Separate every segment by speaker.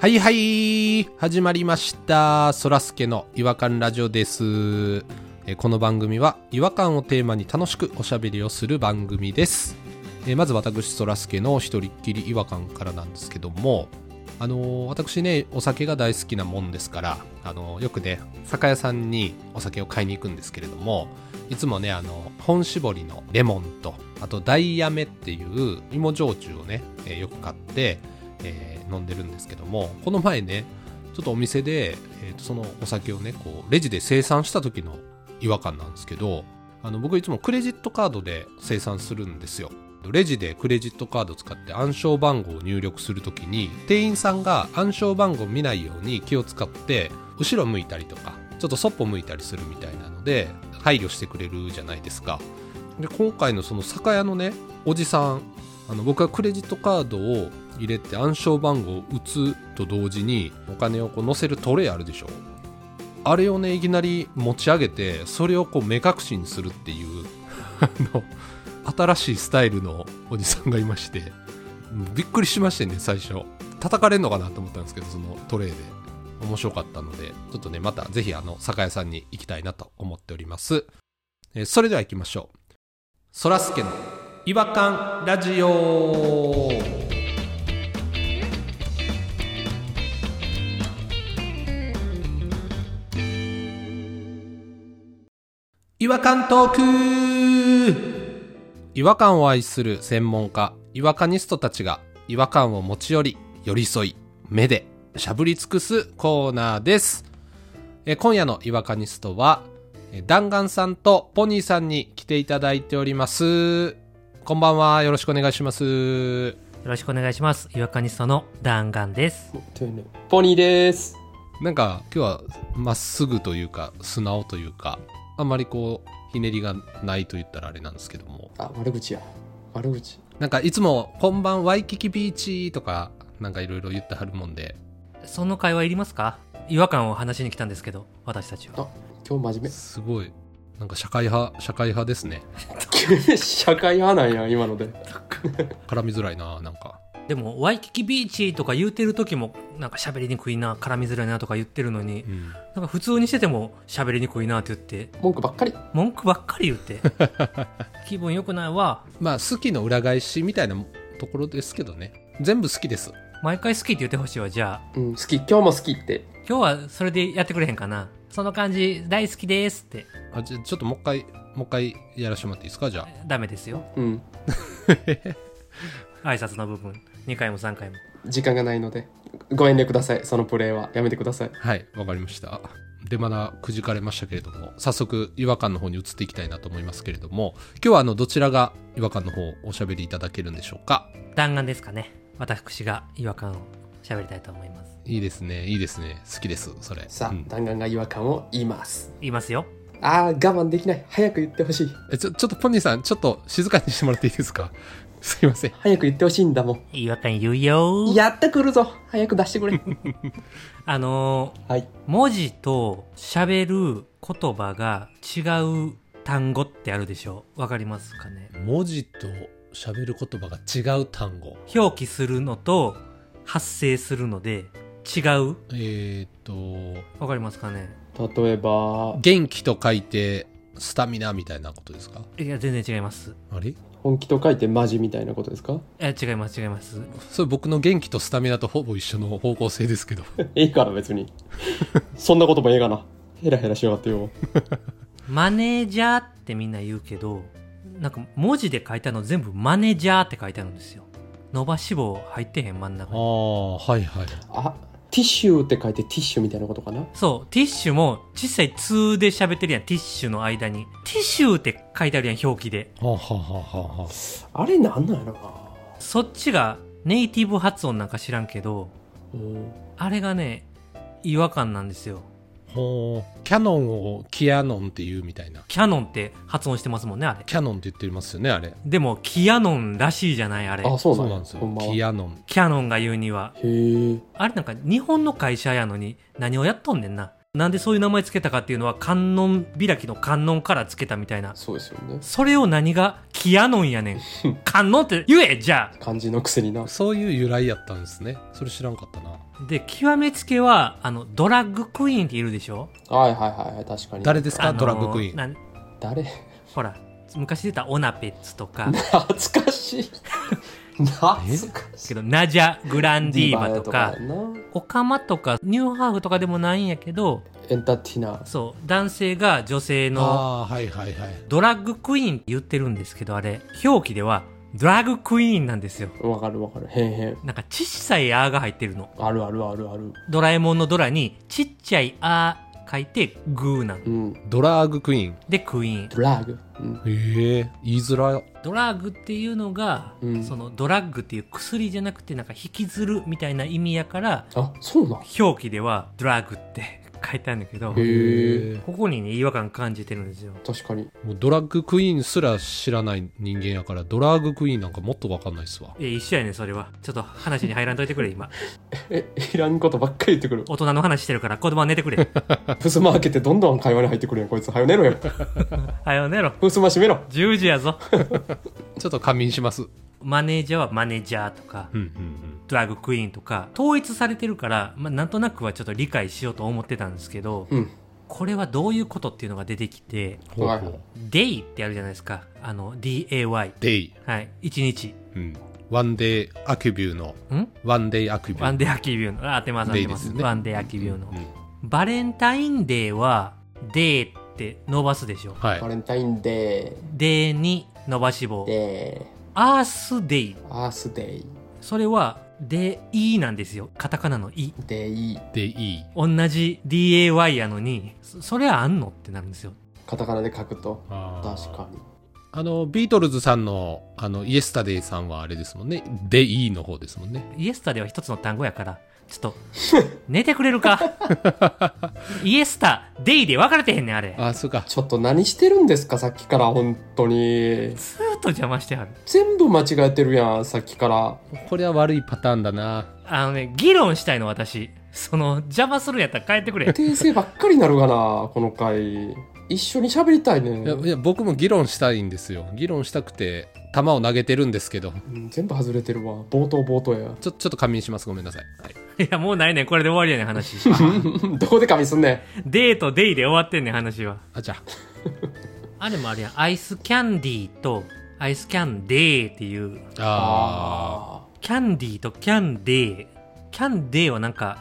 Speaker 1: はいはい始まりましたそらすけの違和感ラジオですえーこの番組は違和感をテーマに楽しくおしゃべりをする番組ですえーまず私そらすけの一人っきり違和感からなんですけどもあのー私ねお酒が大好きなもんですからあのーよくね酒屋さんにお酒を買いに行くんですけれどもいつもねあの本搾りのレモンとあとダイヤメっていう芋焼酎をね、えーよく買ってえー飲んでるんですけどもこの前ねちょっとお店で、えーとそのお酒をねこうレジで生産した時の違和感なんですけどあの僕いつもクレジットカードで生産するんですよレジでクレジットカード使って暗証番号を入力するときに店員さんが暗証番号を見ないように気を使って後ろ向いたりとかちょっとそっぽ向いたりするみたいなので配慮してくれるじゃないですかで今回のその酒屋のねおじさんあの僕がクレジットカードを入れて暗証番号を打つと同時にお金をこう載せるトレイあるでしょあれをねいきなり持ち上げてそれをこう目隠しにするっていう あの新しいスタイルのおじさんがいましてびっくりしましてね最初叩かれんのかなと思ったんですけどそのトレイで面白かったのでちょっとねまたぜひあの酒屋さんに行きたいなと思っております、えーそれでは行きましょうそらすけの違和感ラジオ違和感トーク違和感を愛する専門家違和感ニストたちが違和感を持ち寄り寄り添い目でしゃぶり尽くすコーナーですえー今夜の違和感ニストはえー弾丸さんとポニーさんに来ていただいておりますこんばんはよろしくお願いします
Speaker 2: よろしくお願いします。違和感ニストの弾丸です。
Speaker 3: ポニーです。
Speaker 1: なんか今日はまっすぐというか素直というかあんまりこうひねりがないと言ったらあれなんですけども
Speaker 3: あ、悪口や。悪口。
Speaker 1: なんかいつも「こんばんワイキキビーチ」とかなんかいろいろ言ってはるもんで
Speaker 2: その会話いりますか違和感を話しに来たんですけど、私たちは。
Speaker 3: 今日真面
Speaker 1: すごいなんか社会派社会派ですね
Speaker 3: 目。 社会派なんや、今ので。
Speaker 1: 絡みづらいななんか
Speaker 2: でも、ワイキキビーチとか言うてる時も、なんか喋りにくいな、絡みづらいなとか言ってるのに
Speaker 1: う、ん
Speaker 2: なんか普通にしてても喋りにくいなって言って、
Speaker 3: 文句ばっかり。
Speaker 2: 文句ばっかり言って。 気分良くないわ。
Speaker 1: まあ好きの裏返しみたいなところですけどね全部好きです
Speaker 2: 毎回好きって言ってほしいわ、じゃあ。
Speaker 3: うん、好き。今日も好きって。
Speaker 2: 今日はそれでやってくれへんかな。その感じ、大好きですって。
Speaker 1: あじゃあちょっともう一回もう一回やらせてもらっていいですかじゃあ
Speaker 2: ダメですよ。
Speaker 3: うん。
Speaker 2: 挨拶の部分。2回も3回も。
Speaker 3: 時間がないので。ご遠慮ください。そのプレイは。やめてください。
Speaker 1: はい、わかりました。出まだくじかれましたけれども、早速違和感の方に移っていきたいなと思いますけれども、今日はあのどちらが違和感の方をおしゃべりいただけるんでしょうか。
Speaker 2: 弾丸ですかね私が違和感を喋りたいと思います
Speaker 1: いいですね、いいですね。好きです、それ。
Speaker 3: さあ、
Speaker 1: うん
Speaker 3: 弾丸が違和感を言います。
Speaker 2: 言いますよ
Speaker 3: あー、我慢できない。早く言ってほしい。
Speaker 1: えちょ、ちょっとポニーさん、ちょっと静かにしてもらっていいですか。 すいません。
Speaker 3: 早く言ってほしいんだも
Speaker 2: 違和感言うよ
Speaker 3: ん。やってくるぞ。早く出してくれ。
Speaker 2: あの
Speaker 3: はい。
Speaker 2: ー文字と喋る言葉が違う単語ってあるでしょわかりますかね
Speaker 1: 文字と喋る言葉が違う単語。
Speaker 2: 表記するのと発生するので違う
Speaker 1: えー、っと、
Speaker 2: わかりますかね
Speaker 3: 例えば、
Speaker 1: 元気と書いて、スタミナみたいなことですか
Speaker 2: いや全然違います
Speaker 1: あれ
Speaker 3: 本気と書いてマジみたいなことですか
Speaker 2: え違います違います
Speaker 1: それ僕の元気とスタミナとほぼ一緒の方向性ですけど。
Speaker 3: ええから別に。そんなこともええがな。ヘラヘラしやがってよ。
Speaker 2: マネージャーってみんな言うけどなんか文字で書いたの全部マネージャーって書いてあるんですよ伸ばし棒入ってへん真ん中
Speaker 1: あ
Speaker 2: に
Speaker 1: あ、はいはい。
Speaker 3: あ、ティッシュって書いてティッシュみたいなことかな
Speaker 2: そう、ティッシュも小さい「通」で喋ってるやん、ティッシュの間に。ティッシュって書いてあるやん、表記で。
Speaker 1: はあ、はあはあはあはあ、
Speaker 3: あれなんなんやろな
Speaker 2: そっちがネイティブ発音なんか知らんけど、
Speaker 3: うん
Speaker 2: あれがね、違和感なんですよ。
Speaker 1: ほうキャノンをキアノンって言うみたいな
Speaker 2: キャノンって発音してますもんね、あれ。
Speaker 1: キャノンって言ってますよねあれ
Speaker 2: でも、キアノンらしいじゃない、あれ。
Speaker 3: あ、そうなんや
Speaker 1: なんです
Speaker 3: ほん
Speaker 1: よ
Speaker 3: まは
Speaker 1: キアノン
Speaker 2: キャノンが言うには。
Speaker 3: へえ。
Speaker 2: あれなんか日本の会社やのに何をやっとんねんな。なんでそういう名前つけたかっていうのは観音開きの観音からつけたみたいな
Speaker 3: そうですよね
Speaker 2: それを何がキアノンやねん観音って言えじゃ
Speaker 3: 漢字のくせにな
Speaker 1: そういう由来やったんですねそれ知らんかったな
Speaker 2: あで極めつけはあのドラッグクイーンっているでしょ
Speaker 3: はいはいはい確かに
Speaker 1: 誰ですか
Speaker 2: あの
Speaker 1: ドラッグクイーン
Speaker 2: なん
Speaker 3: 誰
Speaker 2: ほら昔出たオナペッツと か
Speaker 3: 懐かしい懐かし
Speaker 2: け
Speaker 3: い
Speaker 2: どナジャ・グランディーバとか
Speaker 3: ディーバやな
Speaker 2: オカマとかニューハーフとかでもないんやけど
Speaker 3: エンターテイナー
Speaker 2: そう男性が女性の
Speaker 1: ああーはいはいはい
Speaker 2: ドラッグクイーンって言ってるんですけどあれ表記ではドラッグクイーンなんですよ
Speaker 3: わかるわかるへんへん
Speaker 2: なんか小さい「あ」が入ってるの
Speaker 3: あるあるあるある
Speaker 2: ドラえもんの「ドラ」にちっちゃい「あ」書いて「グー」なの
Speaker 3: うん
Speaker 1: ドラッグクイーン
Speaker 2: でクイーン
Speaker 3: ドラッグ、うん、
Speaker 1: へえ言いづら
Speaker 2: ドラッグっていうのが、
Speaker 3: うん
Speaker 2: そのドラッグっていう薬じゃなくてなんか引きずるみたいな意味やから
Speaker 3: あそうなん
Speaker 2: 表記ではドラッグって書いてあるんだけど
Speaker 3: へ
Speaker 1: へ
Speaker 3: え
Speaker 1: え
Speaker 2: ここにね違和感感じてるんですよ
Speaker 3: 確かに
Speaker 1: もうドラッグクイーンすら知らない人間やからドラッグクイーンなんかもっとわかんないっすわ
Speaker 2: いや一緒やねんそれはちょっと話に入らんといてくれ今
Speaker 3: えいらんことばっかり言ってくる
Speaker 2: 大人の話してるから子供は寝てく れ
Speaker 3: ふすま開けてどんどん会話に入ってくるやんこいつはよ寝ろよ
Speaker 2: はよ寝ろ
Speaker 3: ふすま閉めろ
Speaker 2: 10時やぞ
Speaker 1: ちょっと仮眠します
Speaker 2: マネージャーはマネージャーとか
Speaker 1: うんうんうん
Speaker 2: ドラッグクイーンとか統一されてるから、まあ、なんとなくはちょっと理解しようと思ってたんですけど
Speaker 3: うん
Speaker 2: これはどういうことっていうのが出てきて
Speaker 1: ほう
Speaker 3: はい
Speaker 1: ほ
Speaker 3: は
Speaker 1: う
Speaker 3: い
Speaker 2: 「day」ってあるじゃないですかあの DAY
Speaker 1: デイ
Speaker 2: はい1日
Speaker 1: うんワンデイアキュビューの
Speaker 2: ん
Speaker 1: ワンデイアキュビュー
Speaker 2: ワンデーアキビューのあ当てます当
Speaker 1: デ
Speaker 2: てま
Speaker 1: イです
Speaker 2: す
Speaker 1: よね
Speaker 2: ワンデーアキビューの、
Speaker 1: うんうん
Speaker 2: バレンタインデーは「デー」って伸ばすでしょ
Speaker 1: はい
Speaker 3: バレンタインデ
Speaker 2: 「デー」に伸ばし棒
Speaker 3: ーデ
Speaker 2: 「アースデイ
Speaker 3: ーアースデイ」
Speaker 2: それは「デイ」なんですよカタカナの「イ」
Speaker 3: デイ
Speaker 1: でいい
Speaker 2: 同じ DAY やのにそそれあんのってなるんですよ
Speaker 3: カタカナで書くと
Speaker 1: あー
Speaker 3: 確かに
Speaker 1: あのビートルズさんのあのイエスタデイさんはあれですもんねでいいの方ですもんね
Speaker 2: イエスタでは一つの単語やからち ょっと寝てくれるかイエスタデイで分かれてへんねんあれ
Speaker 1: あそうか
Speaker 3: ちょっと何してるんですかさっきから本当に
Speaker 2: ずーっと邪魔してはる
Speaker 3: 全部間違えてるやんさっきから
Speaker 1: これは悪いパターンだな
Speaker 2: あのね議論したいの私その邪魔するんやったら帰ってくれ
Speaker 3: 訂正ばっかりになるがなこの回一緒に喋りたいね
Speaker 1: いやいや僕も議論したいんですよ議論したくて球を投げてるんですけど
Speaker 3: うん全部外れてるわ冒頭冒頭や
Speaker 1: ちょちょっと仮眠しますごめんなさい、はい、
Speaker 2: いやもうないねんこれで終わりやねん 話
Speaker 3: どこで噛みすんね
Speaker 2: デーとデイで終わってんねん話は
Speaker 1: あじゃあ
Speaker 2: あれもあれやんアイスキャンディーとアイスキャンデーっていうん
Speaker 1: あ
Speaker 2: キャンディーとキャンデーキャンデーはなんか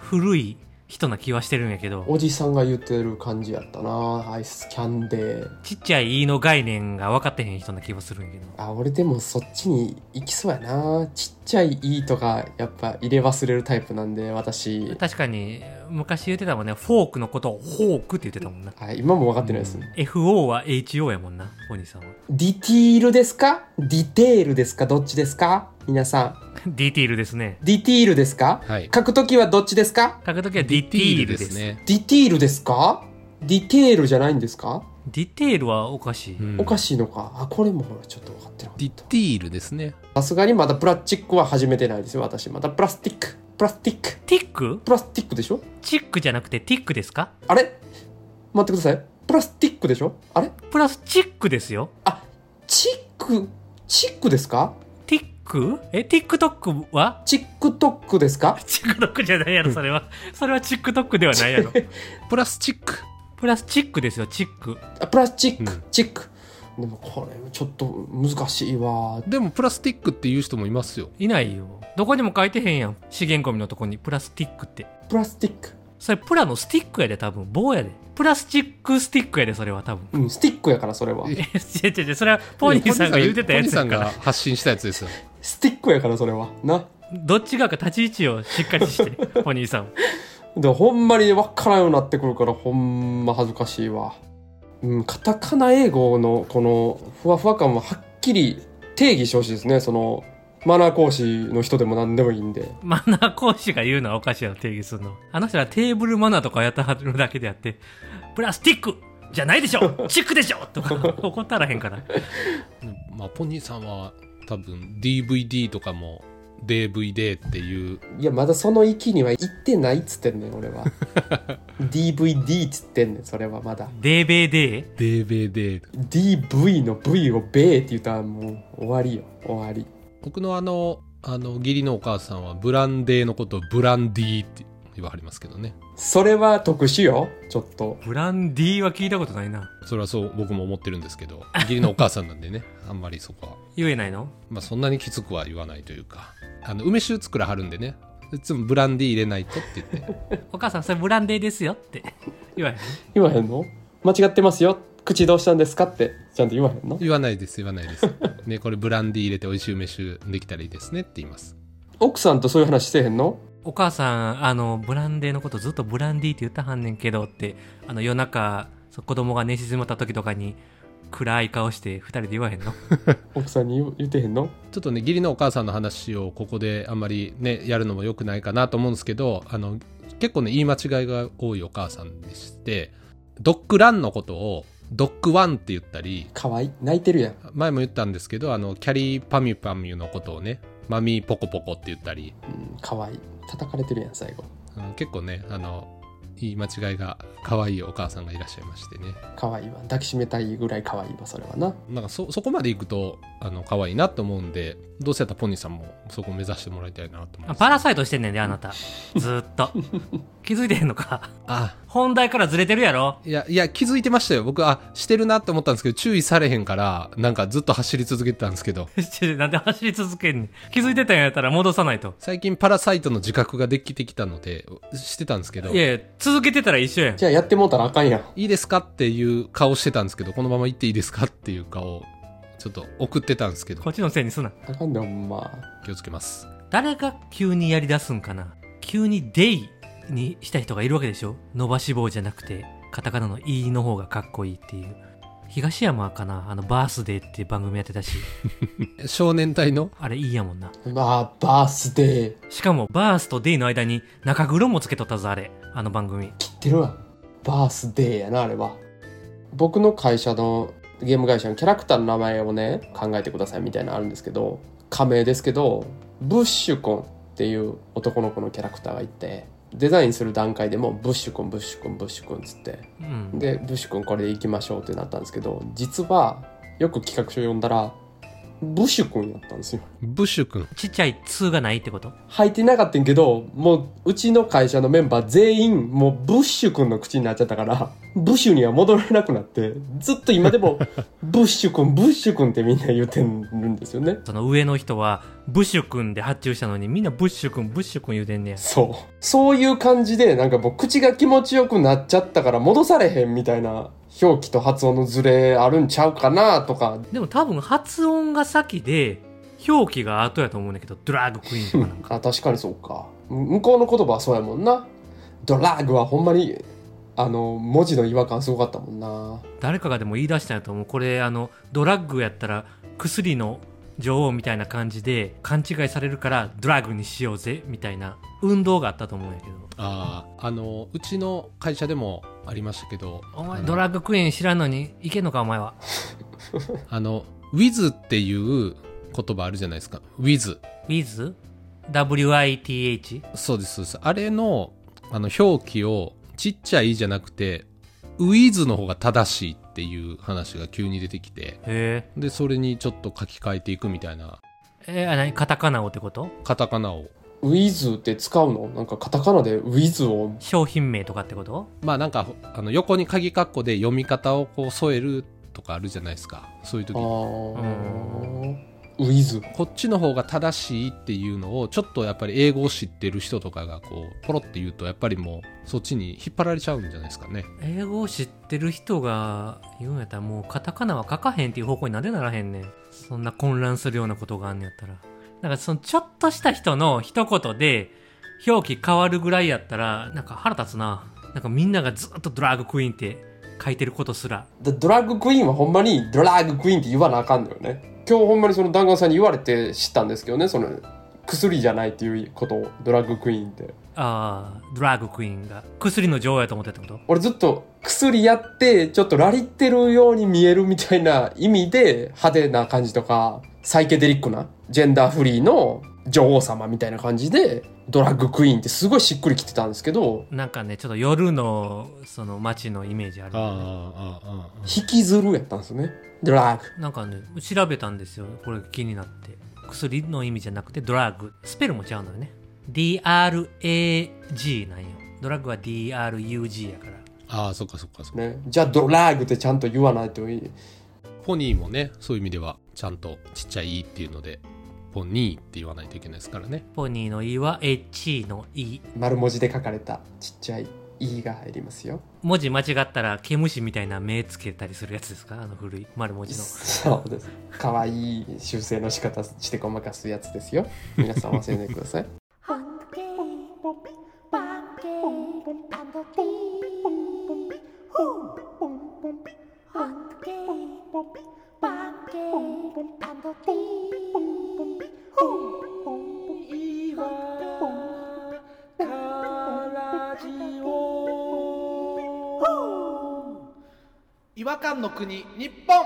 Speaker 2: 古い人な気はしてるんやけど
Speaker 3: おじさんが言ってる感じやったなアイスキャンデー
Speaker 2: ちっちゃい「い」の概念が分かってへん人な気はするんやけど
Speaker 3: あ俺でもそっちに行きそうやなちっちゃい「い」とかやっぱ入れ忘れるタイプなんで私
Speaker 2: 確かに昔言ってたもんねフォークのことをフォークって言ってたもんな
Speaker 3: あ今も分かってないです、
Speaker 2: FO は HO やもんなお兄さんは
Speaker 3: ディティールですかディテールですかどっちですか皆さん
Speaker 2: ディティールですね
Speaker 3: ディティールですか、
Speaker 1: はい
Speaker 3: 書くときはどっちですか
Speaker 2: 書くときは
Speaker 1: あ
Speaker 2: ディティールですね
Speaker 1: ね
Speaker 3: ディティールですかディテールじゃないんですか、
Speaker 2: ディテールはおかしい、
Speaker 1: うん
Speaker 3: おかしいのかあこれもほらちょっと分かってなかっ
Speaker 1: ディティールですね
Speaker 3: たさすがにまだプラスチックは始めてないですよ私まだプラスティックプラスティック
Speaker 2: ティック
Speaker 3: プラスティックでしょ
Speaker 2: チックじゃなくてティックですか
Speaker 3: あれ待ってくださいプラスティックでしょあれ
Speaker 2: プラスチックですよ
Speaker 3: あチックチックですか
Speaker 2: ティックえティックトックは
Speaker 3: チックトックですか
Speaker 2: チックトックじゃないやろそれはそれはチックトックではないやろ
Speaker 1: プラスチック
Speaker 2: プラスチックですよチック
Speaker 3: あプラスチック、
Speaker 1: うん
Speaker 3: チックでもこれちょっと難しいわ
Speaker 1: でもプラスティックっていう人もいますよ
Speaker 2: いないよどこにも書いてへんやん資源ゴミのとこにプラスティックって
Speaker 3: プラスティック
Speaker 2: それプラのスティックやで多分棒やでプラスチックスティックやでそれは多分
Speaker 3: うんスティックやからそれは
Speaker 1: え
Speaker 2: え違う違う違うそれはポニーさんが言うてたやつ
Speaker 1: ポ
Speaker 2: や
Speaker 1: ニー
Speaker 2: か
Speaker 1: さんが
Speaker 2: ら
Speaker 1: 発信したやつですよ
Speaker 3: スティックやからそれはな
Speaker 2: どっち側か立ち位置をしっかりしてポニーさんは
Speaker 3: でほんまに分からんようになってくるからほんま恥ずかしいわうんカタカナ英語のこのふわふわ感ははっきり定義してほしいですねそのマナー講師の人でも何でもいいんで
Speaker 2: マナー講師が言うのはおかしいやろ定義するのあの人はテーブルマナーとかやったはるだけであってプラスティックじゃないでしょチックでしょとか怒ったらへんから
Speaker 1: まあ、ポニーさんは多分 DVD とかも DVD っていう
Speaker 3: いや、まだその域には行ってないっつってんねん、俺は。DVD っつってんねん、それはまだ。
Speaker 2: デーベーデー
Speaker 1: DVD
Speaker 3: DV の V をベーって言ったらもう終わりよ、終わり。
Speaker 1: 僕のあのあの義理のお母さんはブランデーのことをブランディーって言わはりますけどね
Speaker 3: それは特殊よ、ちょっと。
Speaker 2: ブランディーは聞いたことないな。
Speaker 1: それはそう僕も思ってるんですけど義理のお母さんなん でねあんまりそこは、
Speaker 2: 言えないの
Speaker 1: まあ、そんなにきつくは言わないというかあの梅酒作らはるんでねいつもブランディー入れないとって言って
Speaker 2: お母さん、それブランデーですよって。言わへん。
Speaker 3: 言わへんの間違ってますよ。口どうしたんですかって、ちゃんと言わへんの
Speaker 1: 言わないです言わないです、ね、これブランディー入れて美味しい梅酒できたらいいですねって言います
Speaker 3: 奥さんとそういう話してへんの
Speaker 2: お母さん、あの、ブランデーのことずっとブランディーって言ったはんねんけどって、あの、夜中、そう子供が寝静まった時とかに、暗い顔して二人で言わへんの
Speaker 3: 奥さんに言う言ってへんの
Speaker 1: ちょっとね義理のお母さんの話をここであんまりねやるのも良くないかなと思うんですけどあの結構ね言い間違いが多いお母さんでしてドッグランのことをドッグワンって言ったり
Speaker 3: かわいい。泣いてるやん。
Speaker 1: 前も言ったんですけどあのキャリーパミュパミュのことをねマミーポコポコって言ったり、
Speaker 3: うん、かわいい。叩かれてるやん、最後。
Speaker 1: うん結構ねあの言い間違いが可愛いお母さんがいらっしゃいましてね
Speaker 3: かわいいわ。抱きしめたいぐらいかわいいわ、それはな。
Speaker 1: なんかそそこまで行くとあの可愛いなと思うんでどうせやったらポニーさんもそこを目指してもらいたいなと思い
Speaker 2: あ
Speaker 1: ます
Speaker 2: パラサイトしてんねんで、あなた。ずーっと。気づいてへんのか。
Speaker 1: あ
Speaker 2: 本題からずれてるやろ
Speaker 1: いや、いや、気づいてましたよ。僕、あ、してるなって思ったんですけど、注意されへんから、なんかずっと走り続けてたんですけど、
Speaker 2: ちょなんで走り続けんねん。気づいてたんやったら戻さないと。
Speaker 1: 最近パラサイトの自覚ができてきたので、してたんですけど、
Speaker 2: いやいや、続けてたら一緒やん。
Speaker 3: じゃあやってもうたらあかんやん。
Speaker 1: いいですかっていう顔してたんですけど、このまま行っていいですかっていう顔、ちょっと送ってたんですけど
Speaker 2: こ、っちのせいにすな。
Speaker 3: あかんで、ほんま。
Speaker 1: 気をつけます。
Speaker 2: 誰が急にやり出すんかな急にデイにした人がいるわけでしょ伸ばし棒じゃなくて、カタカナの E の方がかっこいいっていう。東山かなあの、バースデーっていう番組やってたし、
Speaker 1: 少年隊の
Speaker 2: あれいいやもんな。
Speaker 3: まあ、バースデー。
Speaker 2: しかも、バースとデイの間に中黒もつけとったぞ、あれ。あの番組。
Speaker 3: 切ってるわ。バースデーやな、あれは。僕の会社のゲーム会社のキャラクターの名前をね、考えてくださいみたいなのあるんですけど、仮名ですけど、ブッシュコンっていう男の子のキャラクターがいて、デザインする段階でもブッシュコン、ブッシュコン、ブッシュコンっつって、
Speaker 2: うん。
Speaker 3: で、ブッシュコンこれで行きましょうってなったんですけど、実はよく企画書読んだら、ブッシュコンやったんですよ。
Speaker 1: ブッシュ君。
Speaker 2: ちっちゃい2がないってこと
Speaker 3: 履いてなかったんけど、もう、うちの会社のメンバー全員、もう、ブッシュ君の口になっちゃったから、ブッシュには戻れなくなって、ずっと今でも、ブッシュ君、ブッシュ君ってみんな言ってるんですよね。
Speaker 2: その上の人は、ブッシュ君で発注したのに、みんなブッシュ君、ブッシュ君言うてんねや。
Speaker 3: そう。そういう感じで、なんかもう、口が気持ちよくなっちゃったから、戻されへんみたいな、表記と発音のズレあるんちゃうかな、とか、
Speaker 2: でも多分発音が先で、表記が後やと思うんだけど、ドラッグクイーンとかなんか。
Speaker 3: あ確かにそうか向こうの言葉はそうやもんなドラッグはほんまにあの文字の違和感すごかったもんな
Speaker 2: 誰かがでも言い出したんやと思うこれあのドラッグやったら薬の女王みたいな感じで勘違いされるからドラッグにしようぜみたいな運動があったと思うんやけど
Speaker 1: ああ、あの、うちの会社でもありましたけど、
Speaker 2: お
Speaker 1: あ
Speaker 2: 前
Speaker 1: の
Speaker 2: ドラッグクイーン知らんのにいけんのかお前は
Speaker 1: あの、ウィズっていう言葉あるじゃないですか。ウィズ。
Speaker 2: WithWITH
Speaker 1: そうですそうですあれのあの表記をちっちゃいじゃなくてウィズの方が正しいっていう話が急に出てきて
Speaker 2: へ
Speaker 1: でそれにちょっと書き換えていくみたいな
Speaker 2: ええあ何カタカナをってこと
Speaker 1: カタカナを
Speaker 3: 「ウィズ」って使うのなんかカタカナで「ウィズ」を
Speaker 2: 商品名とかってこと
Speaker 1: まあなんかあの横に鍵括弧で読み方をこう添えるとかあるじゃないですかそういう時
Speaker 3: あ
Speaker 1: に
Speaker 3: ーウィズ
Speaker 1: こっちの方が正しいっていうのをちょっとやっぱり英語を知ってる人とかがこうポロって言うとやっぱりもうそっちに引っ張られちゃうんじゃないですかね
Speaker 2: 英語を知ってる人が言うんやったらもうカタカナは書かへんっていう方向になんでならへんねんそんな混乱するようなことがあんねやったらなんかそのちょっとした人の一言で表記変わるぐらいやったらなんか腹立つななんかみんながずっとドラッグクイーンって書いてることすら
Speaker 3: でドラッグクイーンはほんまにドラッグクイーンって言わなあかんのよね今日ほんまにその弾丸さんに言われて知ったんですけどねその薬じゃないっていうことをドラッグクイーンって
Speaker 2: ああドラッグクイーンが薬の女王やと思ってたってこと
Speaker 3: 俺ずっと薬やってちょっとラリってるように見えるみたいな意味で派手な感じとかサイケデリックなジェンダーフリーの女王様みたいな感じでドラッグクイーンってすごいしっくりきてたんですけど
Speaker 2: なんかねちょっと夜のその街のイメージある
Speaker 1: ああ
Speaker 2: よね
Speaker 1: ああああ
Speaker 3: 引きずるやったんですねドラッグ
Speaker 2: なんかね調べたんですよこれ気になって薬の意味じゃなくてドラッグスペルも違うのよね DRAG なんよドラッグは DRUG やから
Speaker 1: ああそっかそっかそっか
Speaker 3: ねじゃあドラッグってちゃんと言わないといい
Speaker 1: ポニーもねそういう意味ではちゃんとちっちゃい「い」っていうのでポニーって言わないといけないですからね
Speaker 2: ポニーの「イ」は H の「イ
Speaker 3: 丸文字で書かれたちっちゃい「い」が入りますよ」
Speaker 2: 文字間違ったら毛虫みたいな目つけたりするやつですかあの古い丸文字の
Speaker 3: そうです可愛い修正の仕方してごまかすやつですよ皆さん忘れないでください
Speaker 4: Hungry.
Speaker 5: 違和感の国日本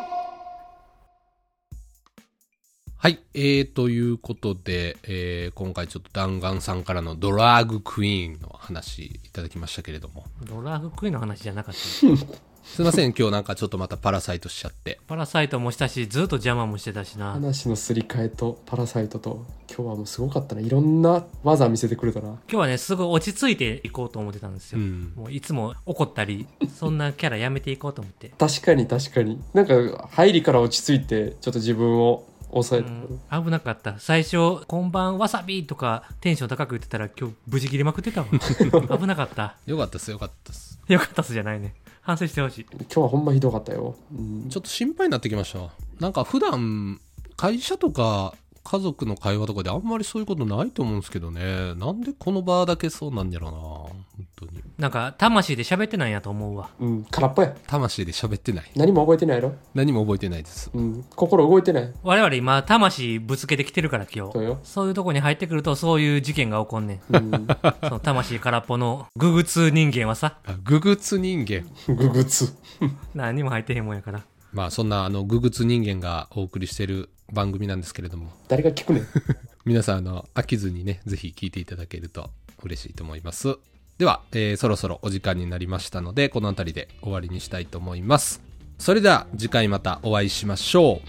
Speaker 1: はいえー、ということで、えー今回ちょっと弾丸さんからのドラッグクイーンの話いただきましたけれども
Speaker 2: ドラッグクイーンの話じゃなかったよ
Speaker 1: すいません今日なんかちょっとまたパラサイトしちゃって
Speaker 2: パラサイトもしたしずっと邪魔もしてたしな
Speaker 3: 話のすり替えとパラサイトと今日はもうすごかったないろんな技見せてくれたな
Speaker 2: 今日はねすごい落ち着いていこうと思ってたんです
Speaker 1: う
Speaker 2: よ、
Speaker 1: ん
Speaker 2: もういつも怒ったりそんなキャラやめていこうと思って
Speaker 3: 確かに確かになんか入りから落ち着いてちょっと自分を抑えて、
Speaker 2: うん、危なかった最初「こんばんわさび」とかテンション高く言ってたら今日無事切れまく ってたわ危なかった
Speaker 1: よかったですよかったです
Speaker 2: よかったっすじゃないね反省してほしい
Speaker 3: 今日はほんまひどかったよ、うん
Speaker 1: ちょっと心配になってきましたなんか普段会社とか家族の会話とかであんまりそういうことないと思うんですけどねなんでこの場だけそうなんやろうな本当に
Speaker 2: なんか魂で喋ってないんやと思うわ
Speaker 3: うん、空っぽや
Speaker 1: 魂で喋ってない
Speaker 3: 何も覚えてないやろ、
Speaker 1: 何も覚えてないです
Speaker 3: うん、心動いてない
Speaker 2: 我々今魂ぶつけてきてるから今
Speaker 3: そう
Speaker 2: 日
Speaker 3: よ、
Speaker 2: そういうとこに入ってくるとそういう事件が起こんねん
Speaker 3: うん、
Speaker 2: その魂空っぽのググツ人間はさ
Speaker 1: あググツ人間
Speaker 3: ググツ
Speaker 2: 何にも入ってへんもんやから
Speaker 1: まあそんなあのググツ人間がお送りしてる番組なんですけれども
Speaker 3: 誰が聞くねん
Speaker 1: 皆さんあの飽きずにねぜひ聞いていただけると嬉しいと思いますでは、えーそろそろお時間になりましたのでこの辺りで終わりにしたいと思いますそれでは次回またお会いしましょう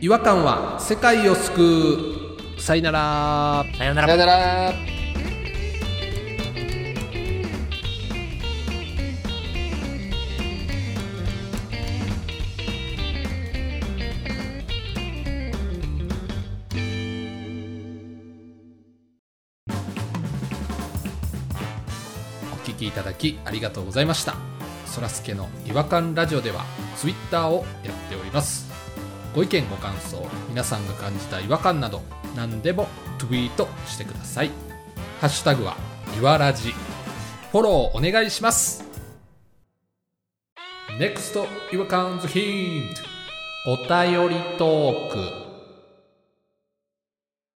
Speaker 1: 違和感は世界を救うさよなら
Speaker 2: さよなら
Speaker 3: さよなら
Speaker 1: お聞きいただきありがとうございましたそらすけの違和感ラジオではツイッターをやっておりますご意見ご感想皆さんが感じた違和感など何でもツイートしてくださいハッシュタグはいわらじフォローお願いします NEXT 違和感ズヒントお便りトーク